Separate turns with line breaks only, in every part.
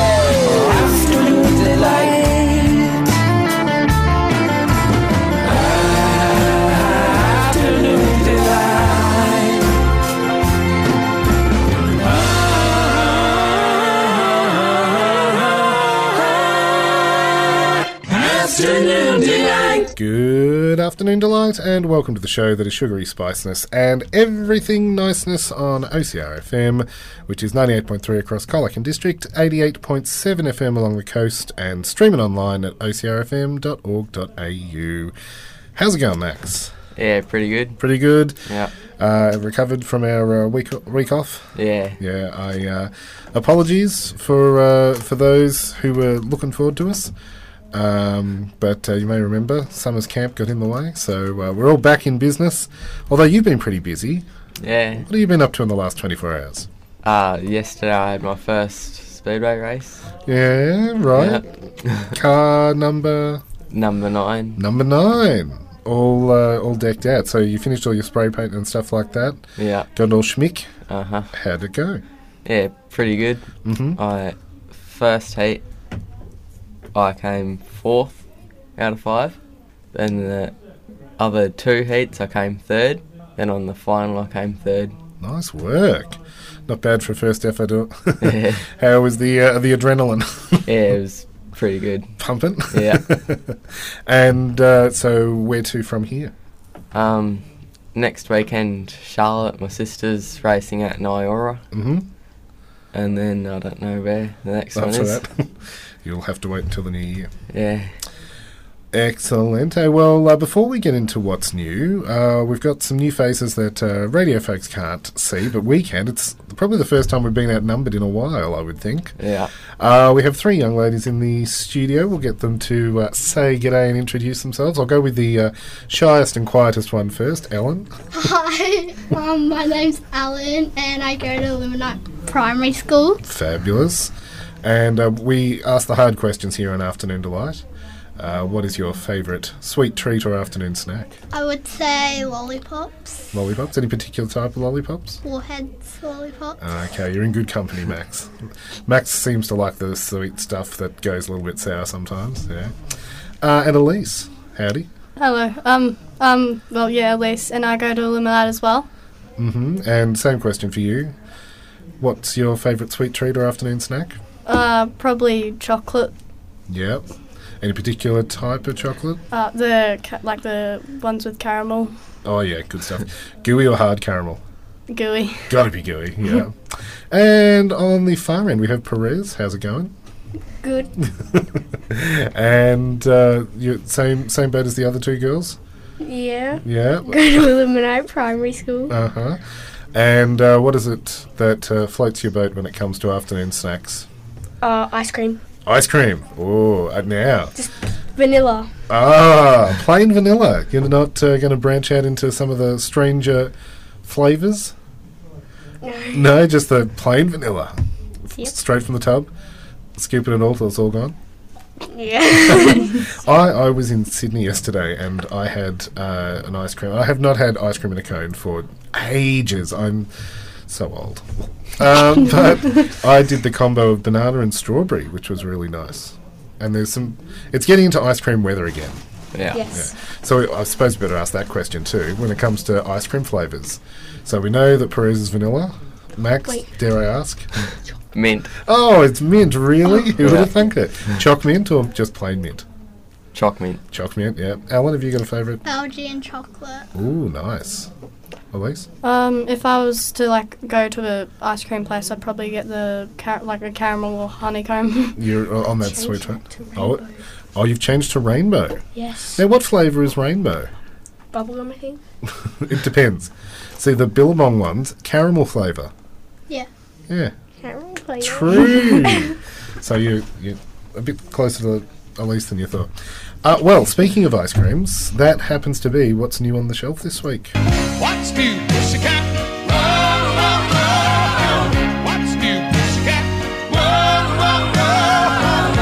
Oh, afternoon delight. Afternoon delight. Afternoon delight.
Good afternoon, Delight, and welcome to the show that is sugary spiceness and everything niceness on OCRFM, which is 98.3 across Colacan District, 88.7 FM along the coast, and streaming online at ocrfm.org.au. How's it going, Max?
Yeah, pretty good.
Pretty good.
Yeah,
Uh, recovered from our uh, week week off.
yeah.
Yeah, I uh, apologies for uh, for those who were looking forward to us. Um, but uh, you may remember summer's camp got in the way, so uh, we're all back in business. Although you've been pretty busy.
Yeah.
What have you been up to in the last 24 hours?
Uh, yesterday I had my first speedway race,
Yeah, right. Car number
number nine.
number nine, all uh, all decked out. So you finished all your spray paint and stuff like that.
Yeah.
Got all schmick.
Uh huh.
How'd it go?
Yeah, pretty good.
Mhm.
I first heat, I came fourth out of five. Then the other two heats, I came third. Then on the final, I came third.
Nice work. Not bad for a first effort. uh,
yeah,
How was the uh, the adrenaline
it was pretty good.
pumping?
Yeah.
and uh, so where to from here?
Um, next weekend, Charlotte, my sister's racing at Nyora.
Mm-hmm.
and then I don't know where the next one
After
is.
that, you'll have to wait until the new year.
Yeah,
Excellent. Hey, well, uh, before we get into what's new, uh, we've got some new faces that uh, radio folks can't see, but we can. It's probably the first time we've been outnumbered in a while, I would think.
yeah.
Uh, we have three young ladies in the studio. We'll get them to uh, say g'day and introduce themselves. I'll go with the uh, shyest and quietest one first, Ellen.
Hi, um, my name's Alan, and I go to Luminite Primary School.
Fabulous. And uh, we ask the hard questions here on Afternoon Delight. Uh, what is your favourite sweet treat or afternoon snack?
I would say lollipops,
Lollipops? Any particular type of lollipops?
warheads, lollipops.
Okay, you're in good company, Max. Max seems to like the sweet stuff that goes a little bit sour sometimes. Yeah. Uh, and Elise, howdy.
Hello. Um. Um. Well, yeah, Elise, and I go to Illuminati as well.
hmm And same question for you. What's your favourite sweet treat or afternoon snack?
Uh, probably chocolate.
Yep. Any particular type of chocolate?
Uh, the ca- like the ones with caramel,
Oh yeah, good stuff. Gooey or hard caramel?
gooey.
Gotta be gooey, yeah. and on the far end, we have Perez. How's it going?
Good.
And uh, you, same same boat as the other two girls.
Yeah,
Yeah.
go to Illuminate Primary School.
Uh huh. And uh, what is it that uh, floats your boat when it comes to afternoon snacks?
Uh, ice cream,
Ice cream. Oh, uh, now.
vanilla.
Ah, plain vanilla. You're not uh, going to branch out into some of the stranger flavors. No, just the plain vanilla.
Yep.
Straight from the tub. Scooping it all till it's all gone.
Yeah,
I, I was in Sydney yesterday and I had uh, an ice cream. I have not had ice cream in a cone for ages. I'm so old. Um, but I did the combo of banana and strawberry, which was really nice. And there's some. It's getting into ice cream weather again.
Yeah.
yes.
So I suppose we better ask that question too when it comes to ice cream flavours. So we know that Perez is vanilla. Max,
Wait.
dare I ask?
Mint,
Oh, it's mint, really? Who would
Yeah.
have thunk it? Choc mint or just plain mint?
choc mint.
Choc mint, yeah. Alan, have you got a favourite?
Algae and chocolate.
Ooh, nice. Elise?
Um, if I was to like go to a ice cream place, I'd probably get the car- like a caramel or honeycomb.
You're uh, on that sweet one. Oh, it- oh, you've changed to rainbow.
Yes.
Now, what flavour is rainbow?
Bubblegum, I think.
It depends. See, the Billabong one's caramel flavour.
Yeah.
Yeah,
Can't really play it.
true. so you, you a bit closer to Elise than you thought. Uh, well, speaking of ice creams, that happens to be what's new on the shelf this week.
What's new, pussycat? Whoa, whoa, whoa. What's new, pussycat? Whoa, whoa, whoa.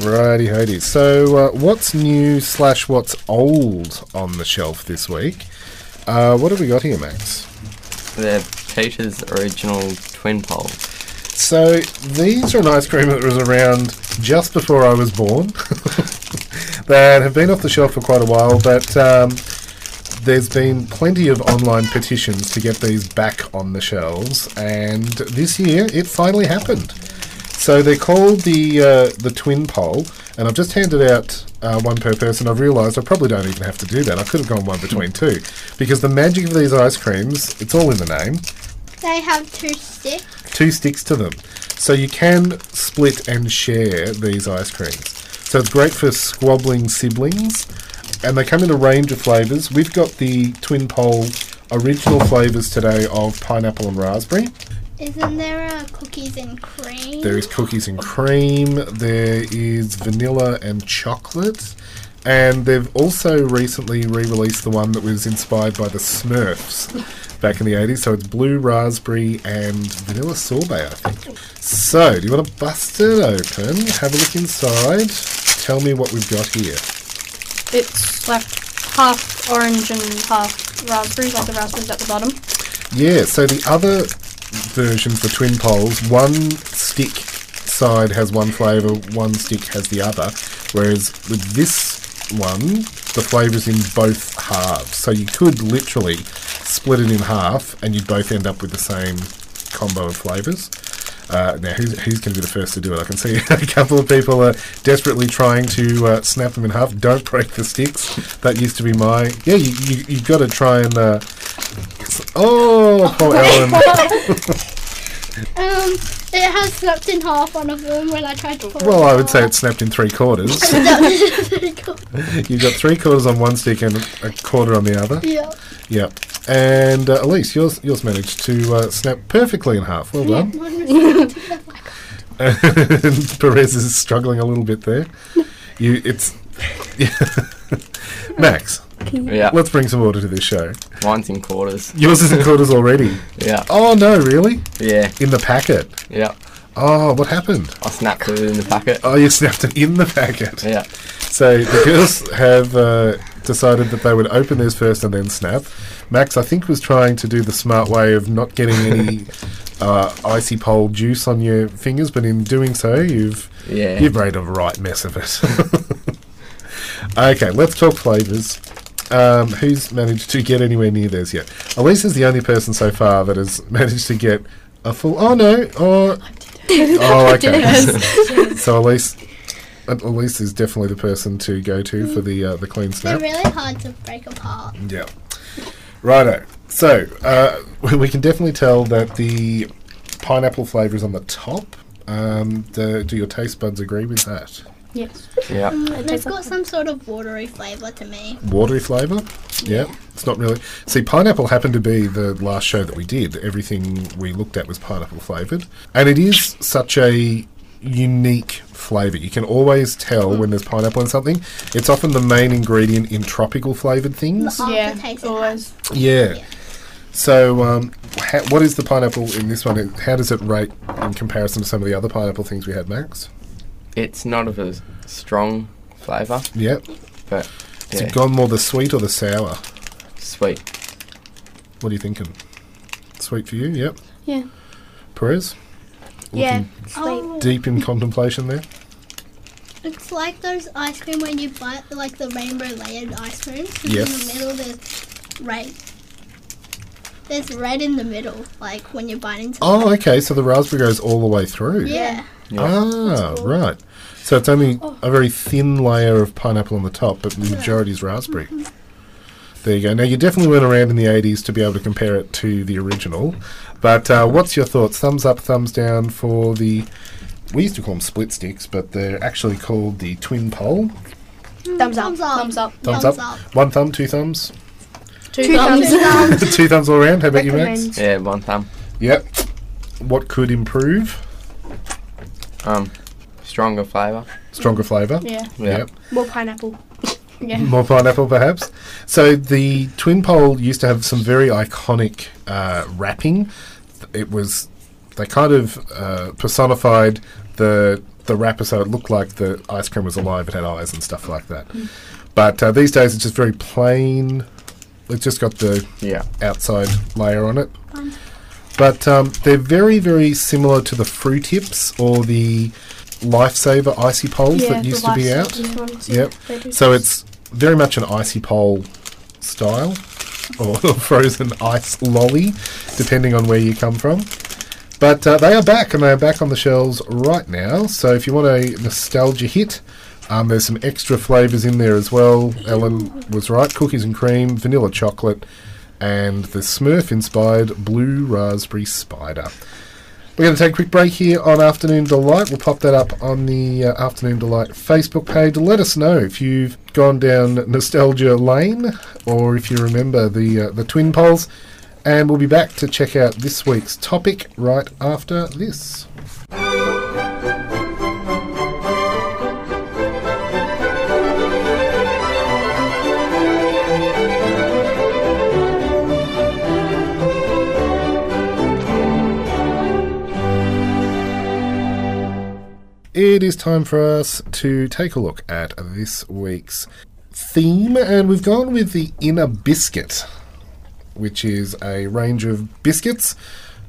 Righty hoity. So, uh, what's new slash what's old on the shelf this week? Uh, what have we got here, Max?
The Peter's original twin pole.
So, these are an ice cream that was around just before I was born. that have been off the shelf for quite a while, but um, there's been plenty of online petitions to get these back on the shelves, and this year it finally happened. So they're called the uh, the twin pole, and I've just handed out uh, one per person. I've realised I probably don't even have to do that. I could have gone one between two, because the magic of these ice creams, it's all in the name.
They have two sticks.
Two sticks to them, so you can split and share these ice creams. So it's great for squabbling siblings, and they come in a range of flavours. We've got the twin pole original flavours today of pineapple and raspberry.
Isn't there a cookies and cream?
There is cookies and cream. There is vanilla and chocolate. And they've also recently re released the one that was inspired by the Smurfs back in the 80s. So it's blue raspberry and vanilla sorbet, I think. So, do you want to bust it open? Have a look inside. Tell me what we've got here.
It's like half orange and half raspberry, like the raspberries at the bottom.
Yeah, so the other versions, the twin poles, one stick side has one flavour, one stick has the other. Whereas with this one, the flavour's in both halves. So you could literally split it in half and you'd both end up with the same combo of flavours. Uh, now, who's, who's going to be the first to do it? I can see a couple of people are desperately trying to uh, snap them in half. Don't break the sticks. That used to be my. Yeah, you, you, you've got to try and. Uh, s- oh, poor Ellen.
Um, it has snapped in half one of them when I tried to pull
Well,
it
I would say
out.
it's snapped in three quarters.
That was-
You've got three quarters on one stick and a quarter on the other.
yeah.
Yep. And uh, Elise, yours yours managed to uh, snap perfectly in half. Well done.
Mine was snapped together.
and Perez is struggling a little bit there. You, it's Max.
Yeah,
Let's bring some order to this show.
mine's in quarters.
Yours is in quarters already.
Yeah,
Oh no, really?
yeah,
In the packet.
yeah.
Oh, what happened?
I snapped it in the packet.
Oh, you snapped it in the packet.
Yeah,
So the girls have uh, decided that they would open theirs first and then snap. Max, I think, was trying to do the smart way of not getting any uh, icy pole juice on your fingers, but in doing so, you've
yeah.
you've made a right mess of it. okay, let's talk flavours. Um, who's managed to get anywhere near theirs yet? Elise is the only person so far that has managed to get a full. Oh no! Oh, oh okay. so Elise, uh, Elise is definitely the person to go to for the uh, the clean
They're
snap.
really hard to break apart.
Yeah. Righto. So uh, we can definitely tell that the pineapple flavour is on the top. Um, the, do your taste buds agree with that?
Yes.
yeah.
And they've got some sort of watery flavour to me.
watery flavour. Yeah. it's not really. See, pineapple happened to be the last show that we did. Everything we looked at was pineapple flavoured, and it is such a unique flavour. You can always tell when there's pineapple in something. It's often the main ingredient in tropical flavoured things.
Yeah.
Aftertaste it
Always.
Yeah. So, um, ha- what is the pineapple in this one? It- How does it rate in comparison to some of the other pineapple things we had, Max?
It's not of a s- strong flavour,
Yeah.
but
Has
yeah,
it gone more the sweet or the sour?
sweet.
What are you thinking? Sweet for you? Yep.
Yeah.
Perez?
Yeah.
Oh,
deep in contemplation there.
it's like those ice cream when you buy like the rainbow layered ice creams. 'cause
Yes.
In the middle, there's red. There's red in the middle, like when you bite into.
Oh, okay. So the raspberry goes all the way through.
Yeah. Oh.
Ah, right. So it's only a very thin layer of pineapple on the top, but the majority is raspberry.
Mm-hmm.
There you go. Now you definitely weren't around in the '80s to be able to compare it to the original, but uh, what's your thoughts? Thumbs up, thumbs down for the. We used to call them split sticks, but they're actually called the twin pole.
Thumbs up.
Oh, Thumbs up.
Thumbs up.
Thumbs,
Thumbs
up.
up.
One thumb, two thumbs,
Two, thumbs.
two thumbs all around. How about you, Max?
Recommend.
Yeah, one thumb.
Yep. What could improve?
Um, stronger flavour.
Stronger flavour.
Yeah.
Yep.
More pineapple.
Yeah.
More pineapple, perhaps. So the twin pole used to have some very iconic uh, wrapping. It was they kind of uh, personified the the wrapper, so it looked like the ice cream was alive. It had eyes and stuff like that. But uh, these days, it's just very plain. It's just got the
Yeah.
outside layer on it. But um, they're very, very similar to the Fruit Tips or the Lifesaver icy poles
yeah,
that
the
used to be out.
lifestyle ones, yeah,
Yep.
they do.
So it's very much an icy pole style or frozen ice lolly, depending on where you come from. But uh, they are back and they are back on the shelves right now. So if you want a nostalgia hit, um, there's some extra flavours in there as well. Ellen was right cookies and cream, vanilla chocolate, and the Smurf inspired blue raspberry spider. We're going to take a quick break here on Afternoon Delight. We'll pop that up on the uh, Afternoon Delight Facebook page. Let us know if you've gone down nostalgia lane or if you remember the uh, the twin poles. And we'll be back to check out this week's topic right after this. It is time for us to take a look at this week's theme, and we've gone with the Inner Biscuit, which is a range of biscuits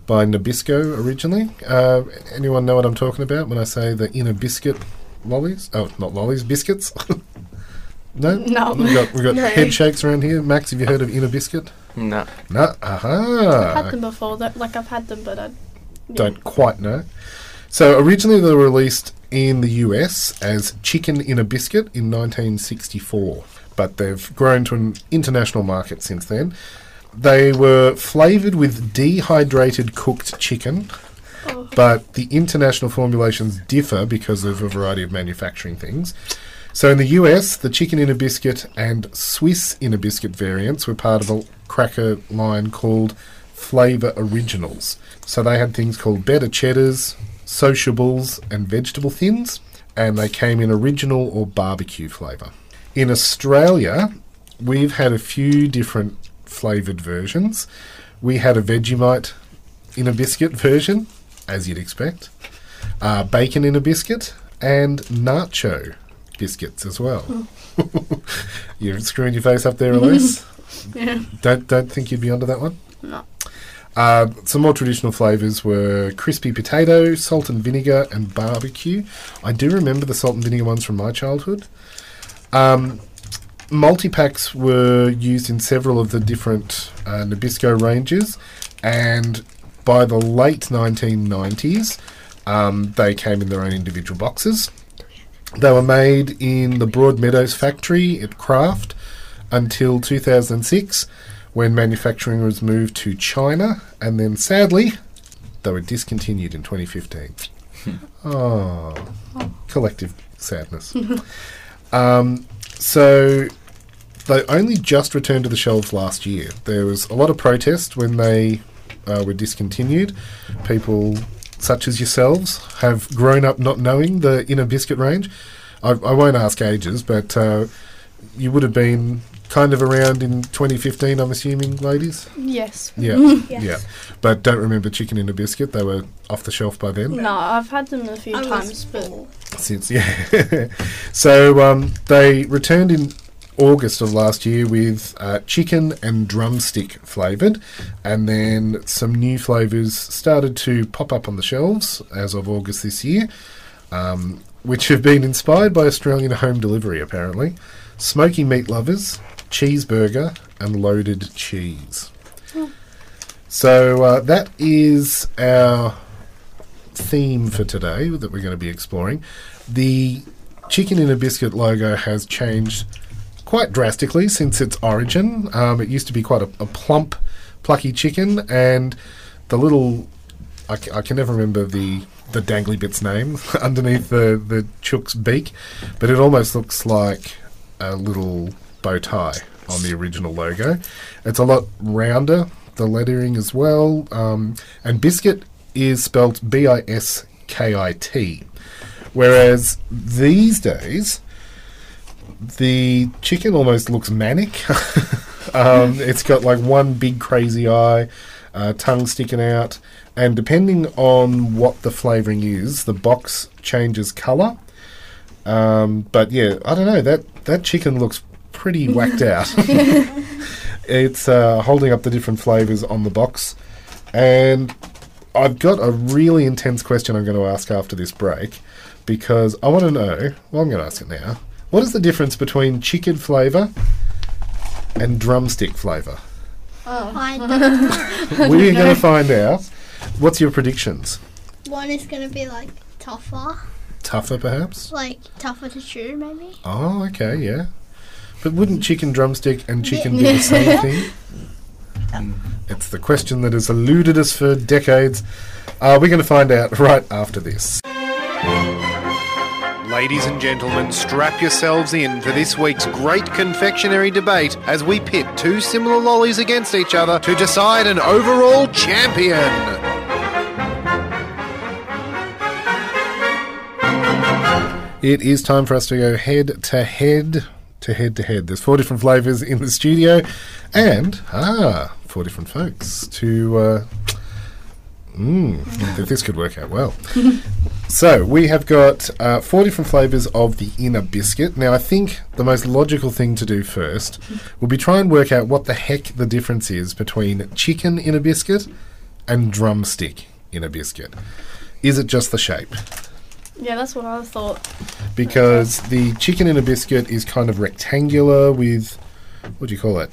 by Nabisco originally. Uh, anyone know what I'm talking about when I say the Inner Biscuit lollies? Oh, not lollies, biscuits. no,
No.
We've got, we've got head shakes around here. Max, have you heard of Inner Biscuit?
No.
No. Aha.
I've had them before. That, like I've had them, but I
don't quite know. So originally they were released in the US as Chicken in a Biscuit in 1964, but they've grown to an international market since then. They were flavored with dehydrated cooked chicken, but the international formulations differ because of a variety of manufacturing things. So in the US, the chicken in a biscuit and Swiss in a biscuit variants were part of a cracker line called Flavor Originals. So they had things called better cheddars, sociables, and vegetable thins, and they came in original or barbecue flavor. In Australia, we've had a few different flavored versions. We had a Vegemite in a biscuit version, as you'd expect uh, bacon in a biscuit, and nacho biscuits as well. You're screwing your face up there, Elise.
Yeah.
Don't don't think you'd be under that one.
No.
Uh, some more traditional flavours were crispy potato, salt and vinegar, and barbecue. I do remember the salt and vinegar ones from my childhood. Um, multi packs were used in several of the different uh, Nabisco ranges, and by the late 1990s, um, they came in their own individual boxes. They were made in the Broadmeadows factory at Kraft until 2006, when manufacturing was moved to China, and then sadly, they were discontinued in 2015. oh, collective sadness. um, so they only just returned to the shelves last year. There was a lot of protest when they uh, were discontinued. People such as yourselves have grown up not knowing the inner biscuit range. I, I won't ask ages, but uh, you would have been kind of around in 2015, I'm assuming, ladies.
Mm-hmm. yes.
Yeah,
Yes.
yeah. But don't remember chicken in a biscuit. They were off the shelf by then.
No, I've had them a few
I was
times, but
Since yeah, so um, they returned in August of last year with uh, chicken and drumstick flavored, and then some new flavors started to pop up on the shelves as of August this year, um, which have been inspired by Australian home delivery apparently, smoky meat lovers, cheeseburger, and loaded cheese. So uh, that is our theme for today that we're going to be exploring. The chicken in a biscuit logo has changed quite drastically since its origin. Um, it used to be quite a, a plump, plucky chicken, and the little I, ca- I can never remember the the dangly bit's name underneath the the chook's beak, but it almost looks like a little bow tie on the original logo. It's a lot rounder, the lettering as well, um, and biscuit is spelt B I S K I T. Whereas these days, the chicken almost looks manic. um, it's got like one big crazy eye, uh, tongue sticking out, and depending on what the flavouring is, the box changes colour. Um, but yeah, I don't know that that chicken looks pretty whacked out. it's uh, holding up the different flavours on the box, and I've got a really intense question I'm going to ask after this break because I want to know. Well, I'm going to ask it now. What is the difference between chicken flavour and drumstick flavour?
I don't,
We're going to find out. What's your predictions?
one is gonna be like tougher,
Tougher, perhaps?
like tougher to chew, maybe.
Oh, okay, yeah. But wouldn't chicken drumstick and chicken be the same thing? It's the question that has eluded us for decades. Uh, we're going to find out right after this.
Ladies and gentlemen, strap yourselves in for this week's great confectionery debate as we pit two similar lollies against each other to decide an overall champion.
It is time for us to go head to head to head to head. There's four different flavours in the studio, and ah, four different folks to. Uh, mm, I think this could work out well. so we have got uh, four different flavours of the inner biscuit. Now I think the most logical thing to do first will be try and work out what the heck the difference is between chicken inner biscuit and drumstick inner biscuit. Is it just the shape?
Yeah, that's what I thought.
because the chicken in a biscuit is kind of rectangular with what do you call it?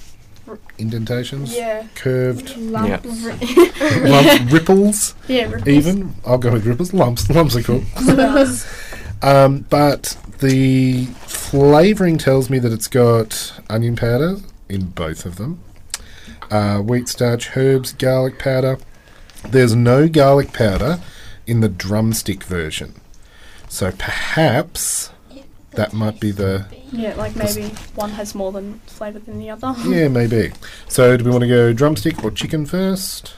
Indentations,
Yeah.
curved
Lump
lump ripples.
Yeah, ripples.
Even I'll go with ripples. Lumps, lumps are cool. um, but the flavouring tells me that it's got onion powder in both of them, uh, wheat starch, herbs, garlic powder. There's no garlic powder in the drumstick version, so perhaps that might be the
Yeah, like maybe one has more than flavour than the other.
yeah maybe. So do we want to go drumstick or chicken first?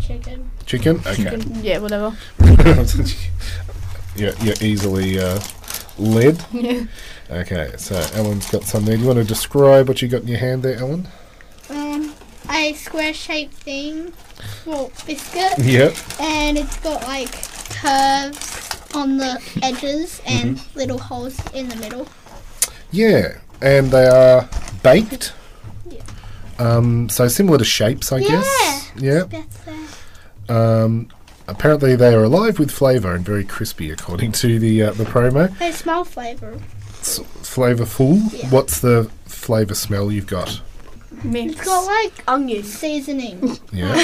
Chicken.
Chicken. Okay.
yeah, whatever.
you're, you're easily uh, led.
Yeah.
Okay, so Ellen's got some there. Do you want to describe what you got in your hand there, Ellen?
Um, a square-shaped thing, well, biscuit,
Yep.
and it's got like curves on the edges and
Mm-hmm.
little holes in the middle.
Yeah, and they are baked. Um, so similar to shapes, I guess. Yeah.
That's uh,
Um, apparently, they are alive with flavour and very crispy, according to the uh, the promo.
they smell flavour.
It's flavourful.
Yeah.
What's the flavour smell you've got?
Mix.
It's got like
Onion.
seasoning.
Yeah.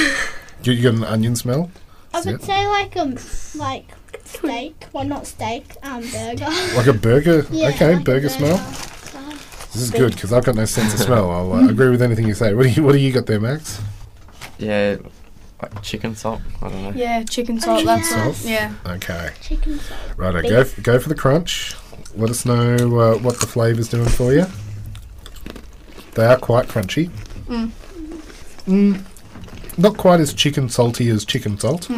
you, you got an onion smell?
I
Yep.
would say like um like steak. Well, not steak. Um, burger.
Like a burger?
Yeah,
okay,
like a
burger smell. This is good because I've got no sense of smell. I'll uh, agree with anything you say. What do you What do you got there, Max?
Yeah, like chicken salt. I don't know.
Yeah, chicken salt. that's
Salt.
it. Yeah.
Okay,
Chicken salt.
righto. Go f- Go for the crunch. Let us know uh, what the flavour's doing for you. They are quite crunchy. Mm. Not quite as chicken salty as chicken salt.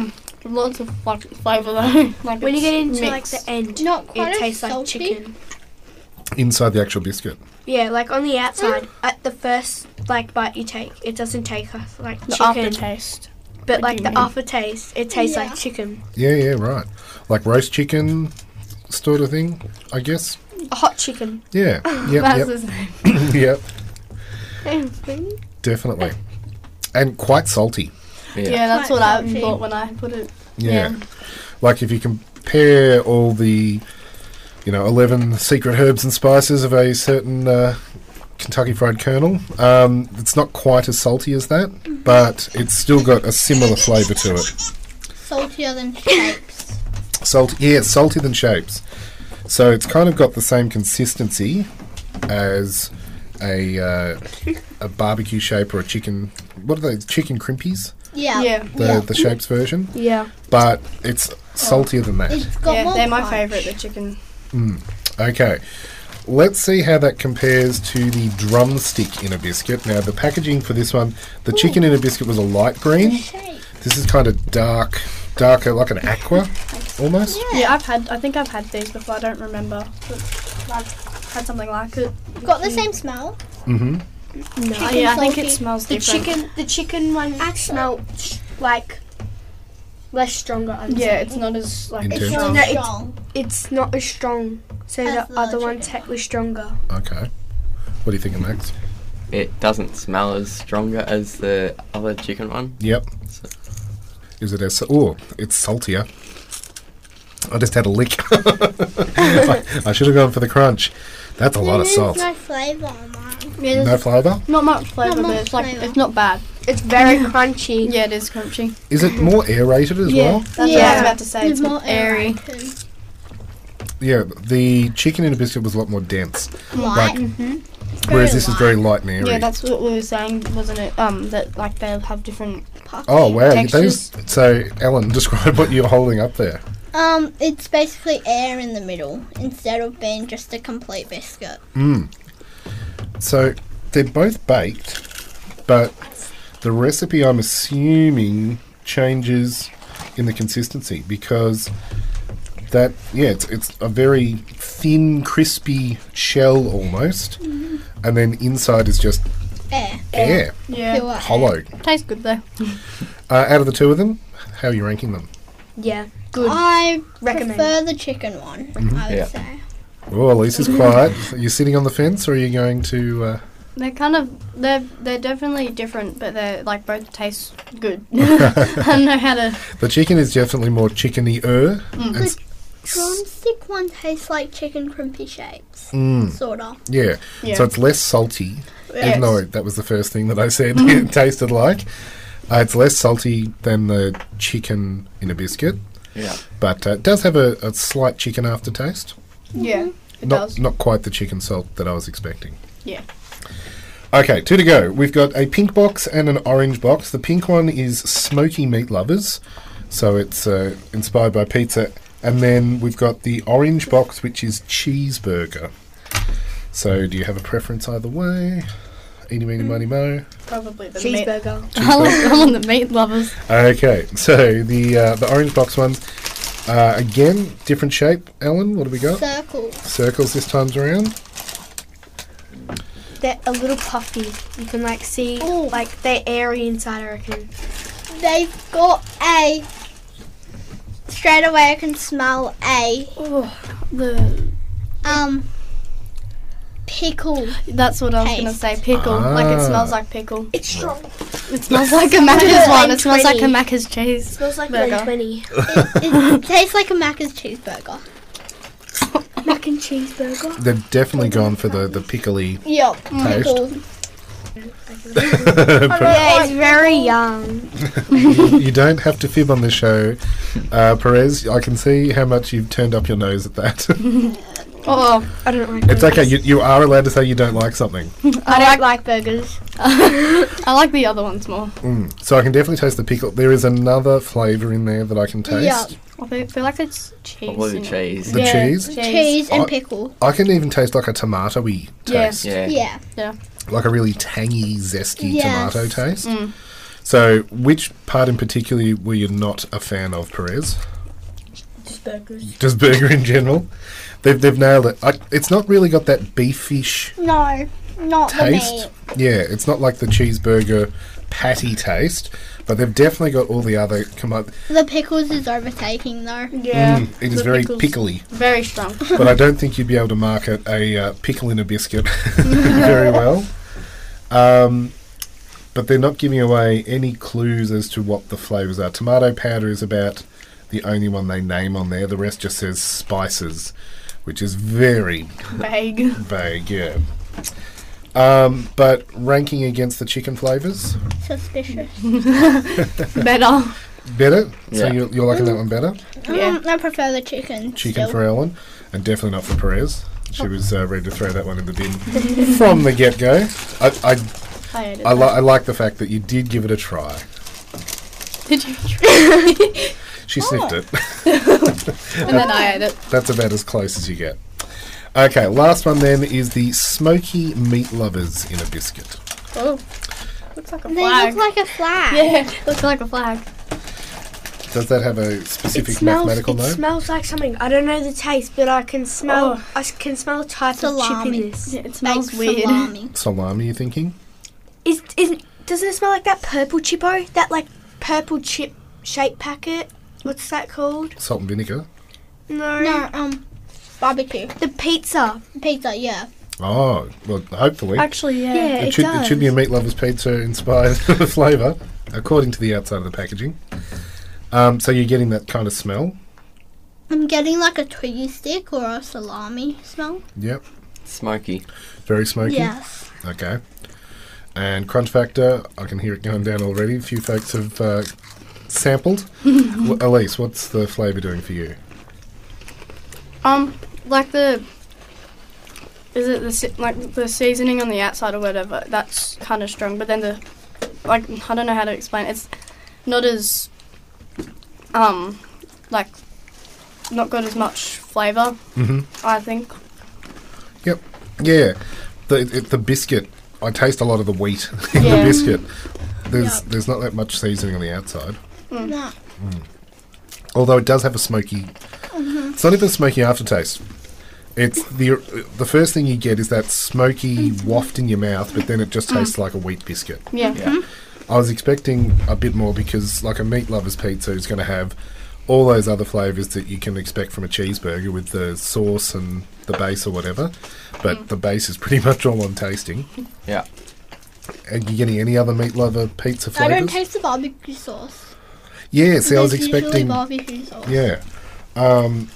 Lots of like flavour though. like
When you
it's
get into
mixed.
like the end,
Not quite
it
as
tastes like
salty.
chicken.
Inside the actual biscuit.
Yeah, like on the outside, at the first like bite you take, it doesn't take us like
the
chicken,
aftertaste.
but
What
like
do
the
you mean?
aftertaste, it tastes
Yeah.
like chicken.
Yeah, yeah, right. Like roast chicken sort of thing, I guess.
A hot chicken.
Yeah.
That's
Yep.
his name.
Yep. yep. Definitely. And quite salty.
Yeah,
Yeah.
that's
Quite
what I
salty.
thought when I put it.
Yeah.
Yeah.
Like if you compare all the, you know, 11 secret herbs and spices of a certain uh, Kentucky Fried Colonel, um, it's not quite as salty as that, but it's still got a similar flavour to it.
Saltier than shapes.
Salty, yeah, salty than shapes. So it's kind of got the same consistency as a uh, a barbecue shape or a chicken. What are they? Chicken crimpies?
Yeah.
Yeah.
The the shapes version,
Yeah.
but it's saltier than that.
It's got
yeah,
more
they're my
crunch.
favourite, the chicken.
Okay. Let's see how that compares to the drumstick in a biscuit. Now, the packaging for this one, the chicken in a biscuit was a light green.
Shape.
This is kind of dark, darker, like an aqua, almost.
Yeah, I've had. I think I've had these before. I don't remember. But I've had something like it.
Got the same smell.
Mm-hmm.
No,
Chicken
yeah, I think it
salty.
smells
The
different.
chicken, the chicken one
Actually-
smells like less stronger. I would
Yeah,
say.
it's not as like
Intense.
It's
Intense.
really
No, it's-
strong.
it's not as strong. So
As
the
the
other one
chicken
tech was stronger.
Okay. What do you think of Max?
It doesn't smell as stronger as the other chicken one.
Yep. Is it as oh, it's saltier. I just had a lick. I, I should have gone for the crunch. That's a lot of
There's
salt.
no flavour on that.
Yeah,
No
there's
flavour.
not much flavour,
much
but it's like
flavour.
it's not bad.
It's very crunchy.
Yeah, it is crunchy.
Is it more aerated as well?
that's what I was
Yeah.
about to say. It's, more airy.
aerated.
Yeah. The chicken in a biscuit was a lot more dense,
Light.
whereas this is very light and airy.
Yeah, that's what we were saying, wasn't it? Um, that like they'll have different.
oh wow!
textures.
Those, so, Ellen, describe what you're holding up there.
Um, it's basically air in the middle instead of being just a complete biscuit.
So they're both baked, but the recipe I'm assuming changes in the consistency because that yeah, it's it's a very thin, crispy shell almost, and then inside is just
Air.
air,
Yeah,
Pure air.
hollow.
tastes good though.
Uh, out of the two of them, how are you ranking them?
Yeah.
I
Recommend.
prefer the chicken one.
Mm-hmm.
I would
Yeah.
say.
Oh, Lisa's quiet. Are you sitting on the fence, or are you going to? Uh,
They're kind of they're they're definitely different, but they're like both taste good. I don't know how to.
the chicken is definitely more chickeny er.
Drumstick one tastes like chicken crimpy shapes,
Mm.
sort of.
Yeah.
Yeah.
So it's less salty,
Yes.
even though that was the first thing that I said it tasted like. Uh, it's less salty than the chicken in a biscuit,
Yeah.
but uh, it does have a, a slight chicken aftertaste.
Yeah, it
not
does.
not quite the chicken salt that I was expecting.
Yeah.
Okay, two to go. We've got a pink box and an orange box. The pink one is Smoky Meat Lovers, so it's uh, inspired by pizza. And then we've got the orange box, which is Cheeseburger. So, do you have a preference either way? Eeny, meeny, miny, mo.
Probably the meat.
Cheeseburger.
I'm on the meat lovers.
Okay, so the uh, the orange box ones, uh, again, different shape. Ellen, what have we got?
Circle.
Circles this time's around.
They're a little puffy. You can like see,
Ooh.
like they're airy inside. I reckon.
They've got a. Straight away, I can smell a
The
um pickle.
that's what I was gonna
Taste.
say. Pickle, like it
Ah.
smells like pickle.
It's strong.
It smells like a Macca's one. It smells like a
120.
Macca's cheese.
Smells like
Burger.
120.
It tastes like a Macca's cheeseburger.
Mac and cheeseburger.
They've definitely gone for the the pickly.
Yep.
Taste.
Pickle.
Yeah, it's very young.
you don't have to fib on the show, uh, Perez. I can see how much you've turned up your nose at that.
Oh,
I don't like.
it's okay. You, you are allowed to say you don't like something.
I don't like burgers.
I like the other ones more.
Mm. So I can definitely taste the pickle. There is another flavour in there that I can taste.
Yeah.
I feel, feel like it's cheese.
Probably the
in it.
cheese.
The
Yeah,
cheese?
Cheese and
Oh.
pickle.
I can even taste like a tomatoey
Yeah.
taste,
Yeah.
Yeah.
like a really tangy, zesty
Yes.
tomato taste. So, which part in particular were you not a fan of, Perez?
Just burgers.
Just burger in general. They've, they've nailed it. I, it's not really got that beefish
No, not
taste. Yeah, it's not like the cheeseburger patty taste, but they've definitely got all the other come up. Mm,
the meat. The pickles is overtaking though.
Yeah,
It is
the
very
pickles.
pickly,
Mm. Very strong.
but I don't think you'd be able to market a uh, pickle in a biscuit very well. Um, but they're not giving away any clues as to what the flavors are. Tomato powder is about the only one they name on there. The rest just says spices, which is very
Vague.
vague. Yeah. Um, but ranking against the chicken flavors,
Suspicious.
Better.
better. So
Yeah.
you're, you're liking that one better.
Yeah.
Mm, I prefer the chicken.
Chicken
still.
for Ellen, and definitely not for Perez. She was uh, ready to throw that one in the bin from the get go. I I,
I ate it.
I, li- I like the fact that you did give it a try.
Did you?
She sniffed it.
And then I ate it.
That's about as close as you get. Okay, last one then is the smoky meat lovers in a biscuit.
Oh, looks like a
They
flag.
look like a flag.
yeah, looks like a flag.
Does that have a specific
smells,
mathematical
it
name?
smells like something. I don't know the taste, but I can smell.
Oh.
I s- can smell a type of chip
Salami.
in this.
It smells
Baked
weird.
salami.
Salami, you thinking?
Is is doesn't it smell like that purple chippo? That like purple chip shape packet. What's that called?
Salt and vinegar.
No.
No, um, barbecue
The pizza.
pizza. Yeah,
Oh, well, hopefully.
Actually, yeah.
Yeah, it,
it, should,
does.
it should be a meat lovers pizza inspired flavour, according to the outside of the packaging. Um, so you're getting that kind of smell.
I'm getting like a twiggy stick or a salami smell.
Yep.
Smoky.
Very smoky.
Yes.
Okay. And crunch factor, I can hear it going down already. A few folks have uh, sampled. W- Elise, what's the flavour doing for you?
Um, like the. Is it the se- like the seasoning on the outside or whatever? That's kind of strong, but then the, like I don't know how to explain. it. It's not as, um, like, not got as much flavor. Mm-hmm. I think.
Yep. Yeah. The it, the biscuit. I taste a lot of the wheat in the
Yeah.
biscuit. There's there's not that much seasoning on the outside.
Mm.
No.
Although it does have a smoky.
Mm-hmm.
It's not even a smoky aftertaste. It's the the first thing you get is that smoky
Mm-hmm.
waft in your mouth, but then it
Ah.
just tastes like a wheat biscuit.
Yeah.
I was expecting a bit more because, like, a meat lover's pizza is going to have all those other flavours that you can expect from a cheeseburger with the sauce and the base or whatever. But
Mm.
the base is pretty much all I'm tasting.
Yeah.
Are you getting any other meat lover pizza
I
flavours?
don't taste the barbecue sauce.
yeah, see, I was
There's usually
expecting.
barbecue sauce.
Yeah. Um,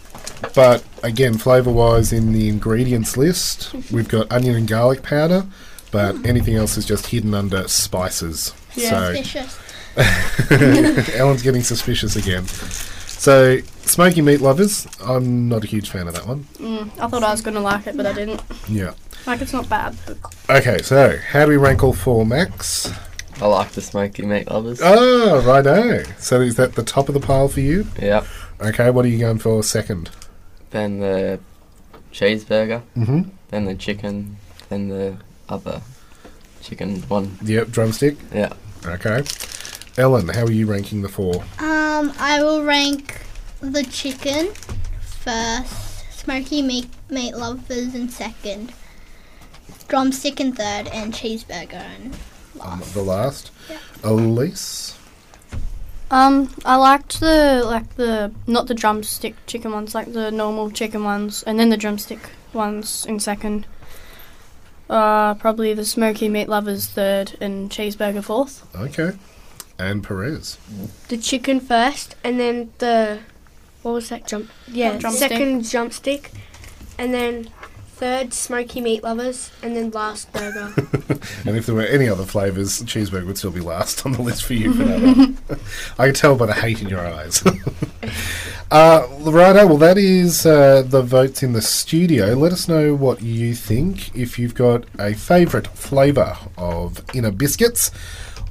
but again, flavour wise, in the ingredients list, we've got onion and garlic powder, but anything else is just hidden under spices.
Yeah.
So,
Suspicious.
Ellen's getting suspicious again. So, smoky meat lovers, I'm not a huge fan of that one.
I thought I was gonna like it, but I didn't.
Yeah.
Like it's not bad. But
Okay, so how do we rank all four Max?
I like the smoky meat lovers.
Oh, righto. So is that the top of the pile for you?
Yep.
Okay, what are you going for second?
Then the cheeseburger.
Mhm.
Then the chicken. Then the other chicken one.
Yep, drumstick.
Yeah.
Okay. Ellen, how are you ranking the four?
Um, I will rank the chicken first, smoky meat, meat lovers in second, drumstick in third, and cheeseburger in
Um,
last.
the last. Elise?
um, I liked the like the not the drumstick chicken ones, like the normal chicken ones, and then the drumstick ones in second. Uh, probably the smoky meat lovers third and cheeseburger fourth.
Okay. And Perez.
the chicken first, and then the what was that jump? Yeah,
Drumstick.
second jump stick, and then third smoky meat lovers, and then last burger.
And if there were any other flavours, cheeseburger would still be last on the list for you for that one. I can tell by the hate in your eyes. uh, righto, well, that is uh, the votes in the studio. Let us know what you think. If you've got a favourite flavour of Inner Biscuits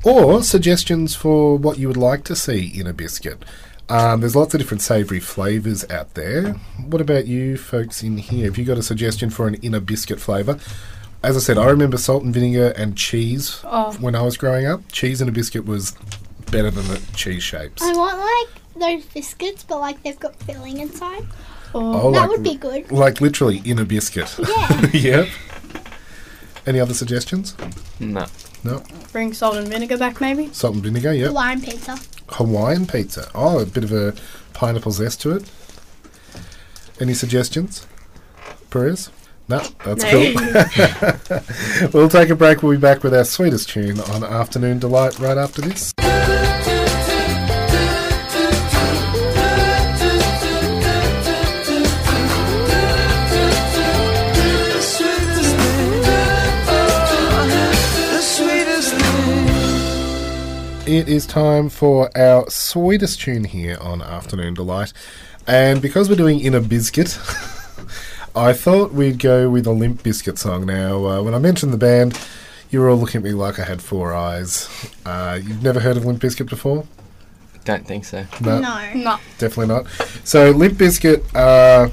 or suggestions for what you would like to see in a biscuit. Um, there's lots of different savoury flavours out there. What about you folks in here? Have you got a suggestion for an inner biscuit flavour? As I said, I remember salt and vinegar and cheese
Oh.
when I was growing up. Cheese in a biscuit was better than the cheese shapes.
I want like those biscuits, but like they've got filling inside.
Oh,
that
like-
would be good.
Like literally in a biscuit.
Yeah.
yep. Any other suggestions?
No.
No.
Bring salt and vinegar back, maybe.
Salt and vinegar, yep.
Hawaiian pizza.
Hawaiian pizza. Oh, a bit of a pineapple zest to it. Any suggestions? Perez? No, that's cool. we'll take a break. We'll be back with our sweetest tune on Afternoon Delight right after this. It is time for our sweetest tune here on Afternoon Delight. And because we're doing In a Biscuit, I thought we'd go with a Limp Biscuit song. Now, uh, when I mentioned the band, you were all looking at me like I had four eyes. Uh, you've never heard of Limp Biscuit before?
Don't think so.
No.
No.
Definitely not. So Limp Bizkit, uh,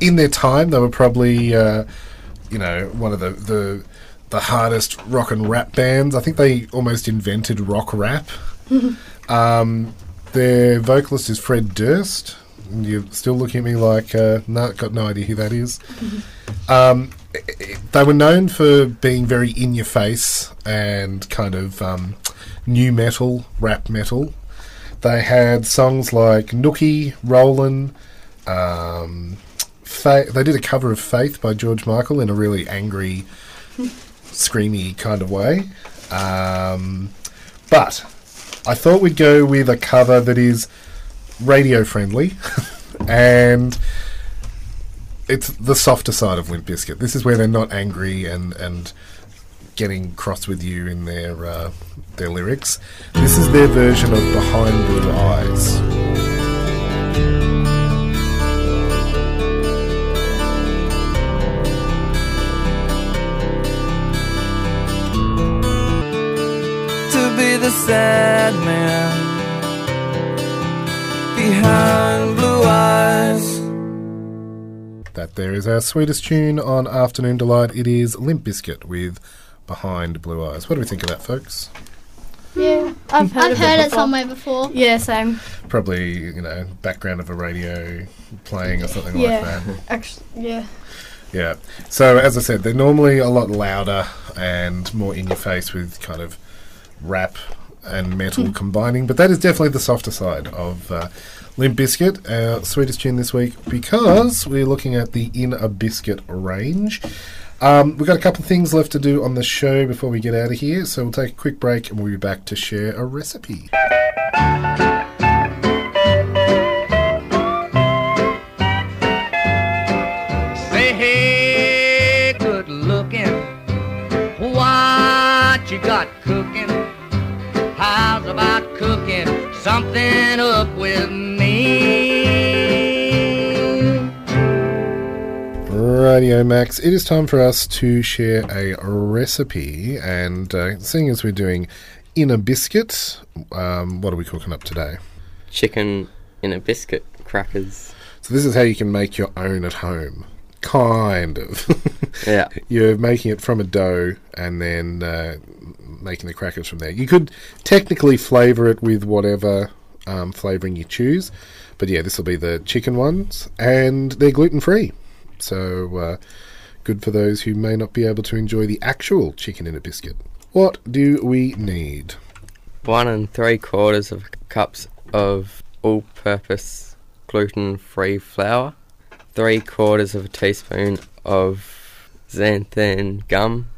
in their time, they were probably, uh, you know, one of the, the the hardest rock and rap bands. I think they almost invented rock rap. um, Their vocalist is Fred Durst. And You're still looking at me like, uh, nah, got no idea who that is. um, i- i- they were known for being very in your face and kind of um, new metal, rap metal. They had songs like Nookie, Rollin', um, Fa- they did a cover of Faith by George Michael in a really angry, screamy kind of way. Um, but I thought we'd go with a cover that is radio friendly and it's the softer side of Limp Bizkit. This is where they're not angry and, and getting cross with you in their uh, their lyrics. This is their version of Behind Blue Eyes.
to be the sad man behind blue eyes.
That there is our sweetest tune on Afternoon Delight. It is Limp Biscuit with Behind Blue Eyes. What do we think of that, folks?
Yeah, I've heard
I've
of
heard
it
it
before.
somewhere before.
Yeah, same.
Probably, you know, background of a radio playing or something
Yeah.
like that.
Actually, yeah.
Yeah. So, as I said, they're normally a lot louder and more in your face with kind of rap and metal combining, but that is definitely the softer side of uh, Limp Biscuit, our sweetest tune this week, because we're looking at the In a Biscuit range. Um, we've got a couple of things left to do on the show before we get out of here, so we'll take a quick break and we'll be back to share a recipe.
Say hey, good looking. What you got cooking? How's about cooking something up with me?
Radio Max, it is time for us to share a recipe, and uh, seeing as we're doing in a biscuit, um, what are we cooking up today?
Chicken in a biscuit, crackers.
So this is how you can make your own at home, kind of.
Yeah.
You're making it from a dough and then uh, making the crackers from there. You could technically flavour it with whatever um, flavouring you choose, but yeah, this will be the chicken ones, and they're gluten free, so uh, good for those who may not be able to enjoy the actual chicken in a biscuit. What do we need?
One and three quarters of cups of all purpose gluten free flour, three quarters of a teaspoon of xanthan gum,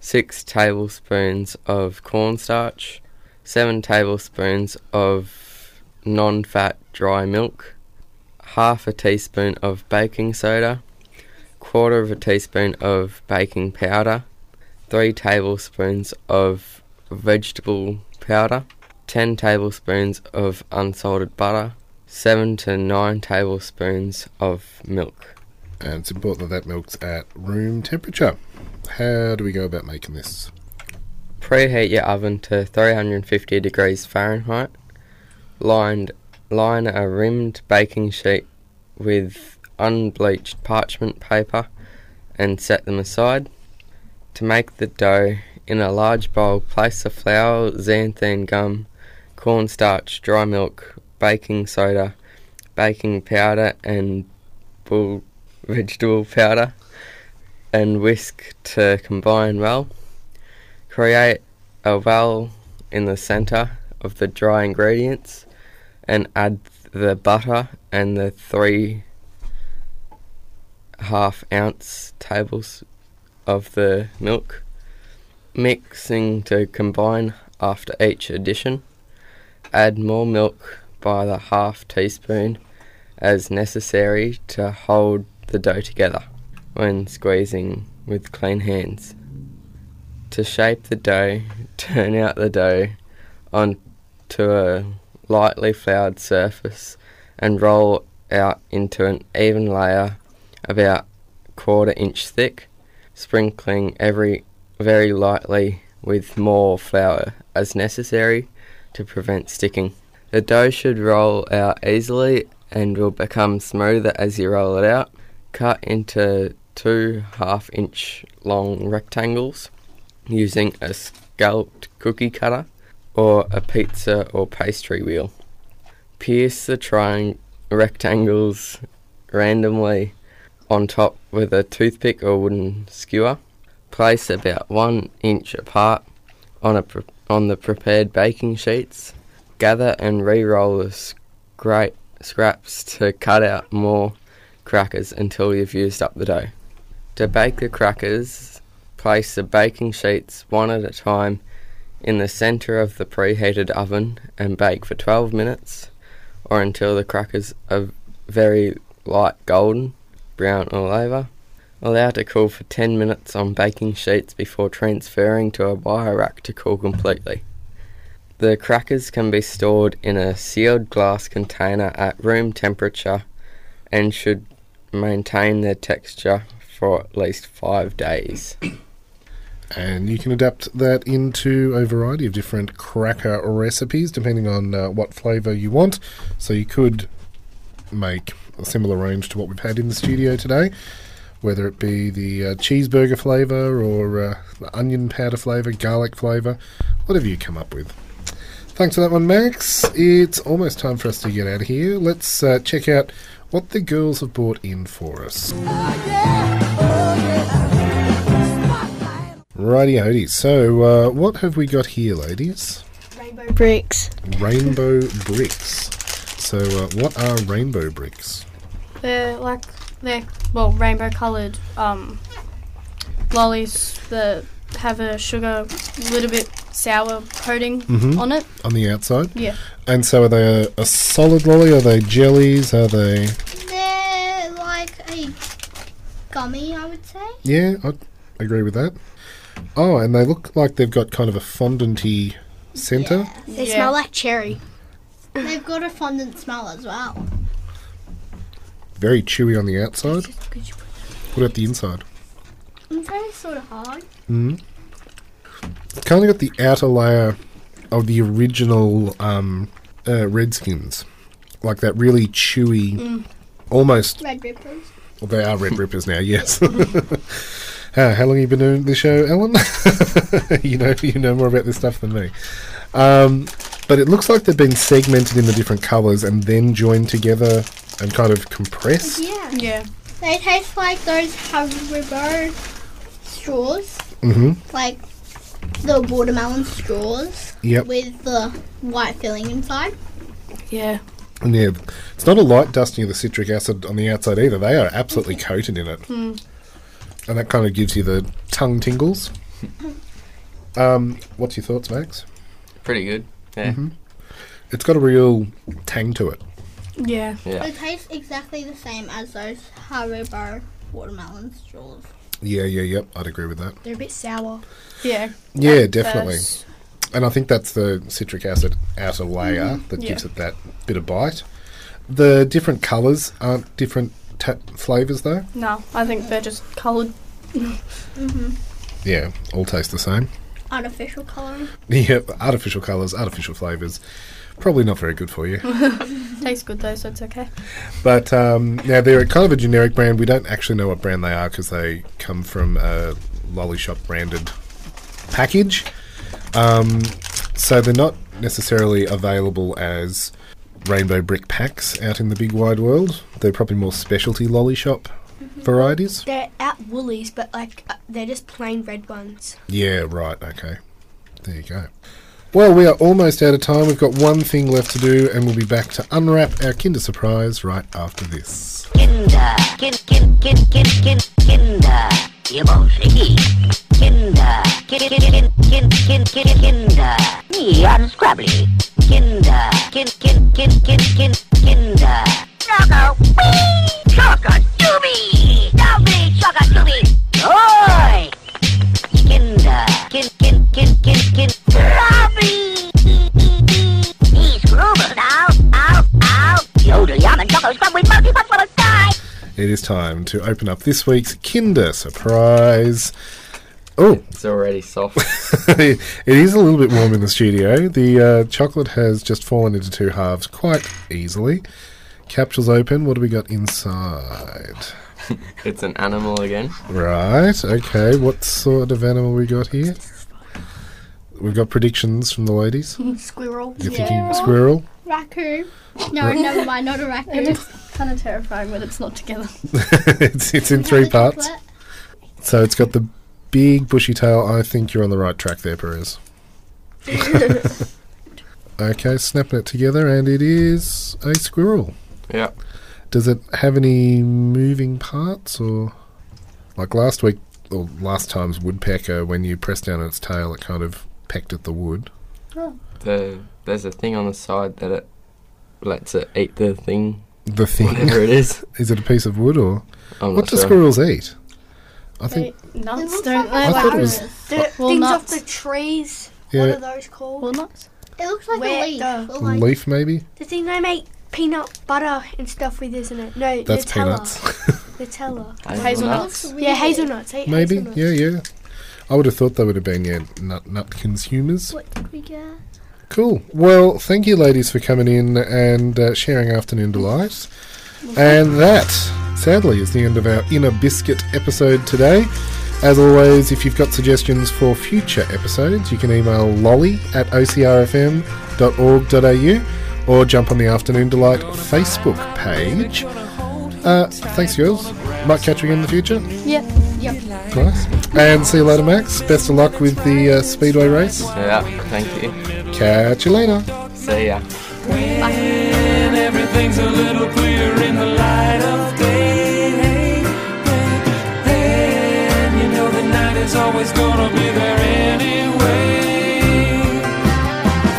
six tablespoons of cornstarch, seven tablespoons of non fat dry milk, half a teaspoon of baking soda, quarter of a teaspoon of baking powder, three tablespoons of vegetable powder, 10 tablespoons of unsalted butter, 7 to 9 tablespoons of milk.
And it's important that that milk's at room temperature. How do we go about making this?
Preheat your oven to 350 degrees Fahrenheit. Lined, line a rimmed baking sheet with unbleached parchment paper and set them aside. To make the dough, in a large bowl, place the flour, xanthan gum, cornstarch, dry milk, baking soda, baking powder, and bull vegetable powder, and whisk to combine well. Create a well in the center of the dry ingredients and add the butter and the three half ounce tables of the milk, mixing to combine after each addition. Add more milk by the half teaspoon as necessary to hold the dough together when squeezing with clean hands to shape the dough, turn out the dough onto a lightly floured surface and roll out into an even layer about quarter inch thick, sprinkling every very lightly with more flour as necessary to prevent sticking. The dough should roll out easily and will become smoother as you roll it out. Cut into two half inch long rectangles using a scalloped cookie cutter or a pizza or pastry wheel. Pierce the triangle rectangles randomly on top with a toothpick or wooden skewer. Place about one inch apart on a pre- on the prepared baking sheets. Gather and re-roll the scra- scraps to cut out more crackers until you've used up the dough. To bake the crackers, place the baking sheets one at a time in the center of the preheated oven and bake for 12 minutes or until the crackers are very light golden, brown all over. Allow to cool for 10 minutes on baking sheets before transferring to a wire rack to cool completely. The crackers can be stored in a sealed glass container at room temperature and should maintain their texture for at least five days.
And you can adapt that into a variety of different cracker recipes depending on uh, what flavour you want. So you could make a similar range to what we've had in the studio today, whether it be the uh, cheeseburger flavour or uh, the onion powder flavour, garlic flavour, whatever you come up with. Thanks for that one, Max. It's almost time for us to get out of here. Let's uh, check out what the girls have brought in for us. Righty hody. So, uh, what have we got here, ladies?
Rainbow bricks.
Rainbow bricks. So, uh, what are rainbow bricks?
They're like they're well rainbow coloured um, lollies that have a sugar little bit sour coating
Mm-hmm.
on it.
On the outside?
Yeah,
And so, are they a, a solid lolly? Are they jellies? Are they.
They're like a gummy, I would say.
Yeah, I agree with that. Oh, and they look like they've got kind of a fondanty centre.
They
Yeah.
smell like cherry.
They've got a fondant smell as well.
Very chewy on the outside. What about the inside?
It's very sort of hard.
It's kind of got the outer layer of the original um, uh, Redskins, like that really chewy,
Mm.
almost.
Red ripples.
Well, they are Red Rippers now. Yes. how, how long you been doing the show, Ellen? you know, you know more about this stuff than me. Um, but it looks like they've been segmented into different colours and then joined together and kind of compressed.
Yeah.
yeah.
They taste like those Haribo straws,
Mm-hmm.
like the watermelon straws
Yep.
with the white filling inside.
Yeah,
And yeah, it's not a light dusting of the citric acid on the outside either. They are absolutely coated in it. And that kind of gives you the tongue tingles. Um, what's your thoughts, Max?
Pretty good. Yeah.
Mm-hmm. It's got a real tang to it.
yeah.
Yeah.
They taste exactly the same as those Haribo watermelon straws.
Yeah, yeah, yep. I'd agree with that.
They're a bit sour.
Yeah.
Yeah,
at
definitely.
first.
And I think that's the citric acid outer layer that
Mm-hmm. Yeah.
gives it that bit of bite. The different colours aren't different ta flavours, though.
No, I think they're just coloured.
Yeah, all taste the same.
Artificial colouring.
Yeah, artificial colours, artificial flavours. Probably not very good for you.
Tastes good though, so it's okay.
But um, now they're kind of a generic brand. We don't actually know what brand they are because they come from a lolly shop branded package. Um, so they're not necessarily available as rainbow brick packs out in the big wide world. They're probably more specialty lolly shop varieties.
They're at Woolies, but like uh, they're just plain red ones.
Yeah, right. Okay. There you go. Well, we are almost out of time. We've got one thing left to do, and we'll be back to unwrap our Kinder Surprise right after this.
Kinder, kin, kin, kin, kin, kin, Kinder, you bolshiki. Kinder, kin, kin, kin, kin, kin, kin, Kinder, me unscrabbly. Kinder, kin, kin, kin, kin, kin, Kinder. Choco, wee, choco doobie, lovely choco doobie, oi. Kinder, kin, kin, kin, kin, kin, lovely. He's groomed now, ow, ow. Yodel yum and choco scrub with monkey punch for a guy.
It is time to open up this week's Kinder Surprise. Oh,
It's already soft.
it is a little bit warm in the studio. The uh, chocolate has just fallen into two halves quite easily. Capsule's open. What do we got inside?
it's an animal again.
Right, okay. What sort of animal we got here? We've got predictions from the ladies.
Squirrel.
You're thinking squirrel?
Raccoon. No, never mind, not a raccoon.
It looks kind of terrifying when it's not together.
it's, it's in three parts.
Chocolate.
So it's got the big bushy tail. I think you're on the right track there, Perez. okay, snapping it together, and it is a squirrel.
Yeah.
Does it have any moving parts, or like last week or last time's woodpecker? When you press down on its tail, it kind of pecked at the wood.
The there's a thing on the side that it lets it eat the thing,
The thing uh,
whatever it is.
is it a piece of wood or
I'm
what
not
do
sure.
squirrels eat? I think
It
Nuts
looks
don't
I
like
they?
a
thought it
Like
was-
walrus.
The
Well,
things off
nuts.
the trees. What
yeah,
are those called?
walnuts.
It looks like
Where
a leaf.
the-
or like-
leaf maybe.
The thing they make peanut butter and stuff with, isn't it? No,
That's
Nutella.
peanuts.
Nutella.
Looks
Hazelnuts.
weird.
Yeah, hazelnuts. eh?
Maybe,
Hazelnuts.
yeah, yeah. I would have thought they would have been yeah nut nut consumers.
What did we get?
Cool. Well, thank you, ladies, for coming in and uh, sharing afternoon delight. And that, sadly, is the end of our inner biscuit episode today. As always, if you've got suggestions for future episodes, you can email lolly at ocrfm.org.au or jump on the Afternoon Delight Facebook page. Uh, thanks, girls. Might catch you again in the future.
Yep.
Nice. And see you later, Max. Best of luck with the uh, Speedway race.
Yeah. Thank you.
Catch you later.
See ya.
And everything's a little clearer in the light of day. Then you know the night is always gonna be there anyway.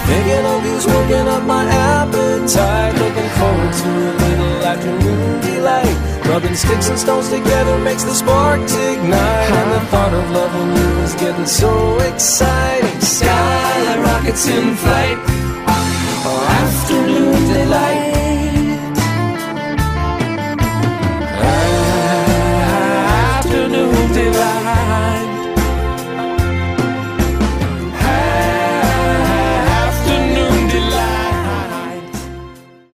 Thinking of you's working up my appetite. Looking forward to a little afternoon delight. Rubbing sticks and stones together makes the spark to ignite. And the thought of loving you is getting so exciting. Skyline rockets in flight. Afternoon delight.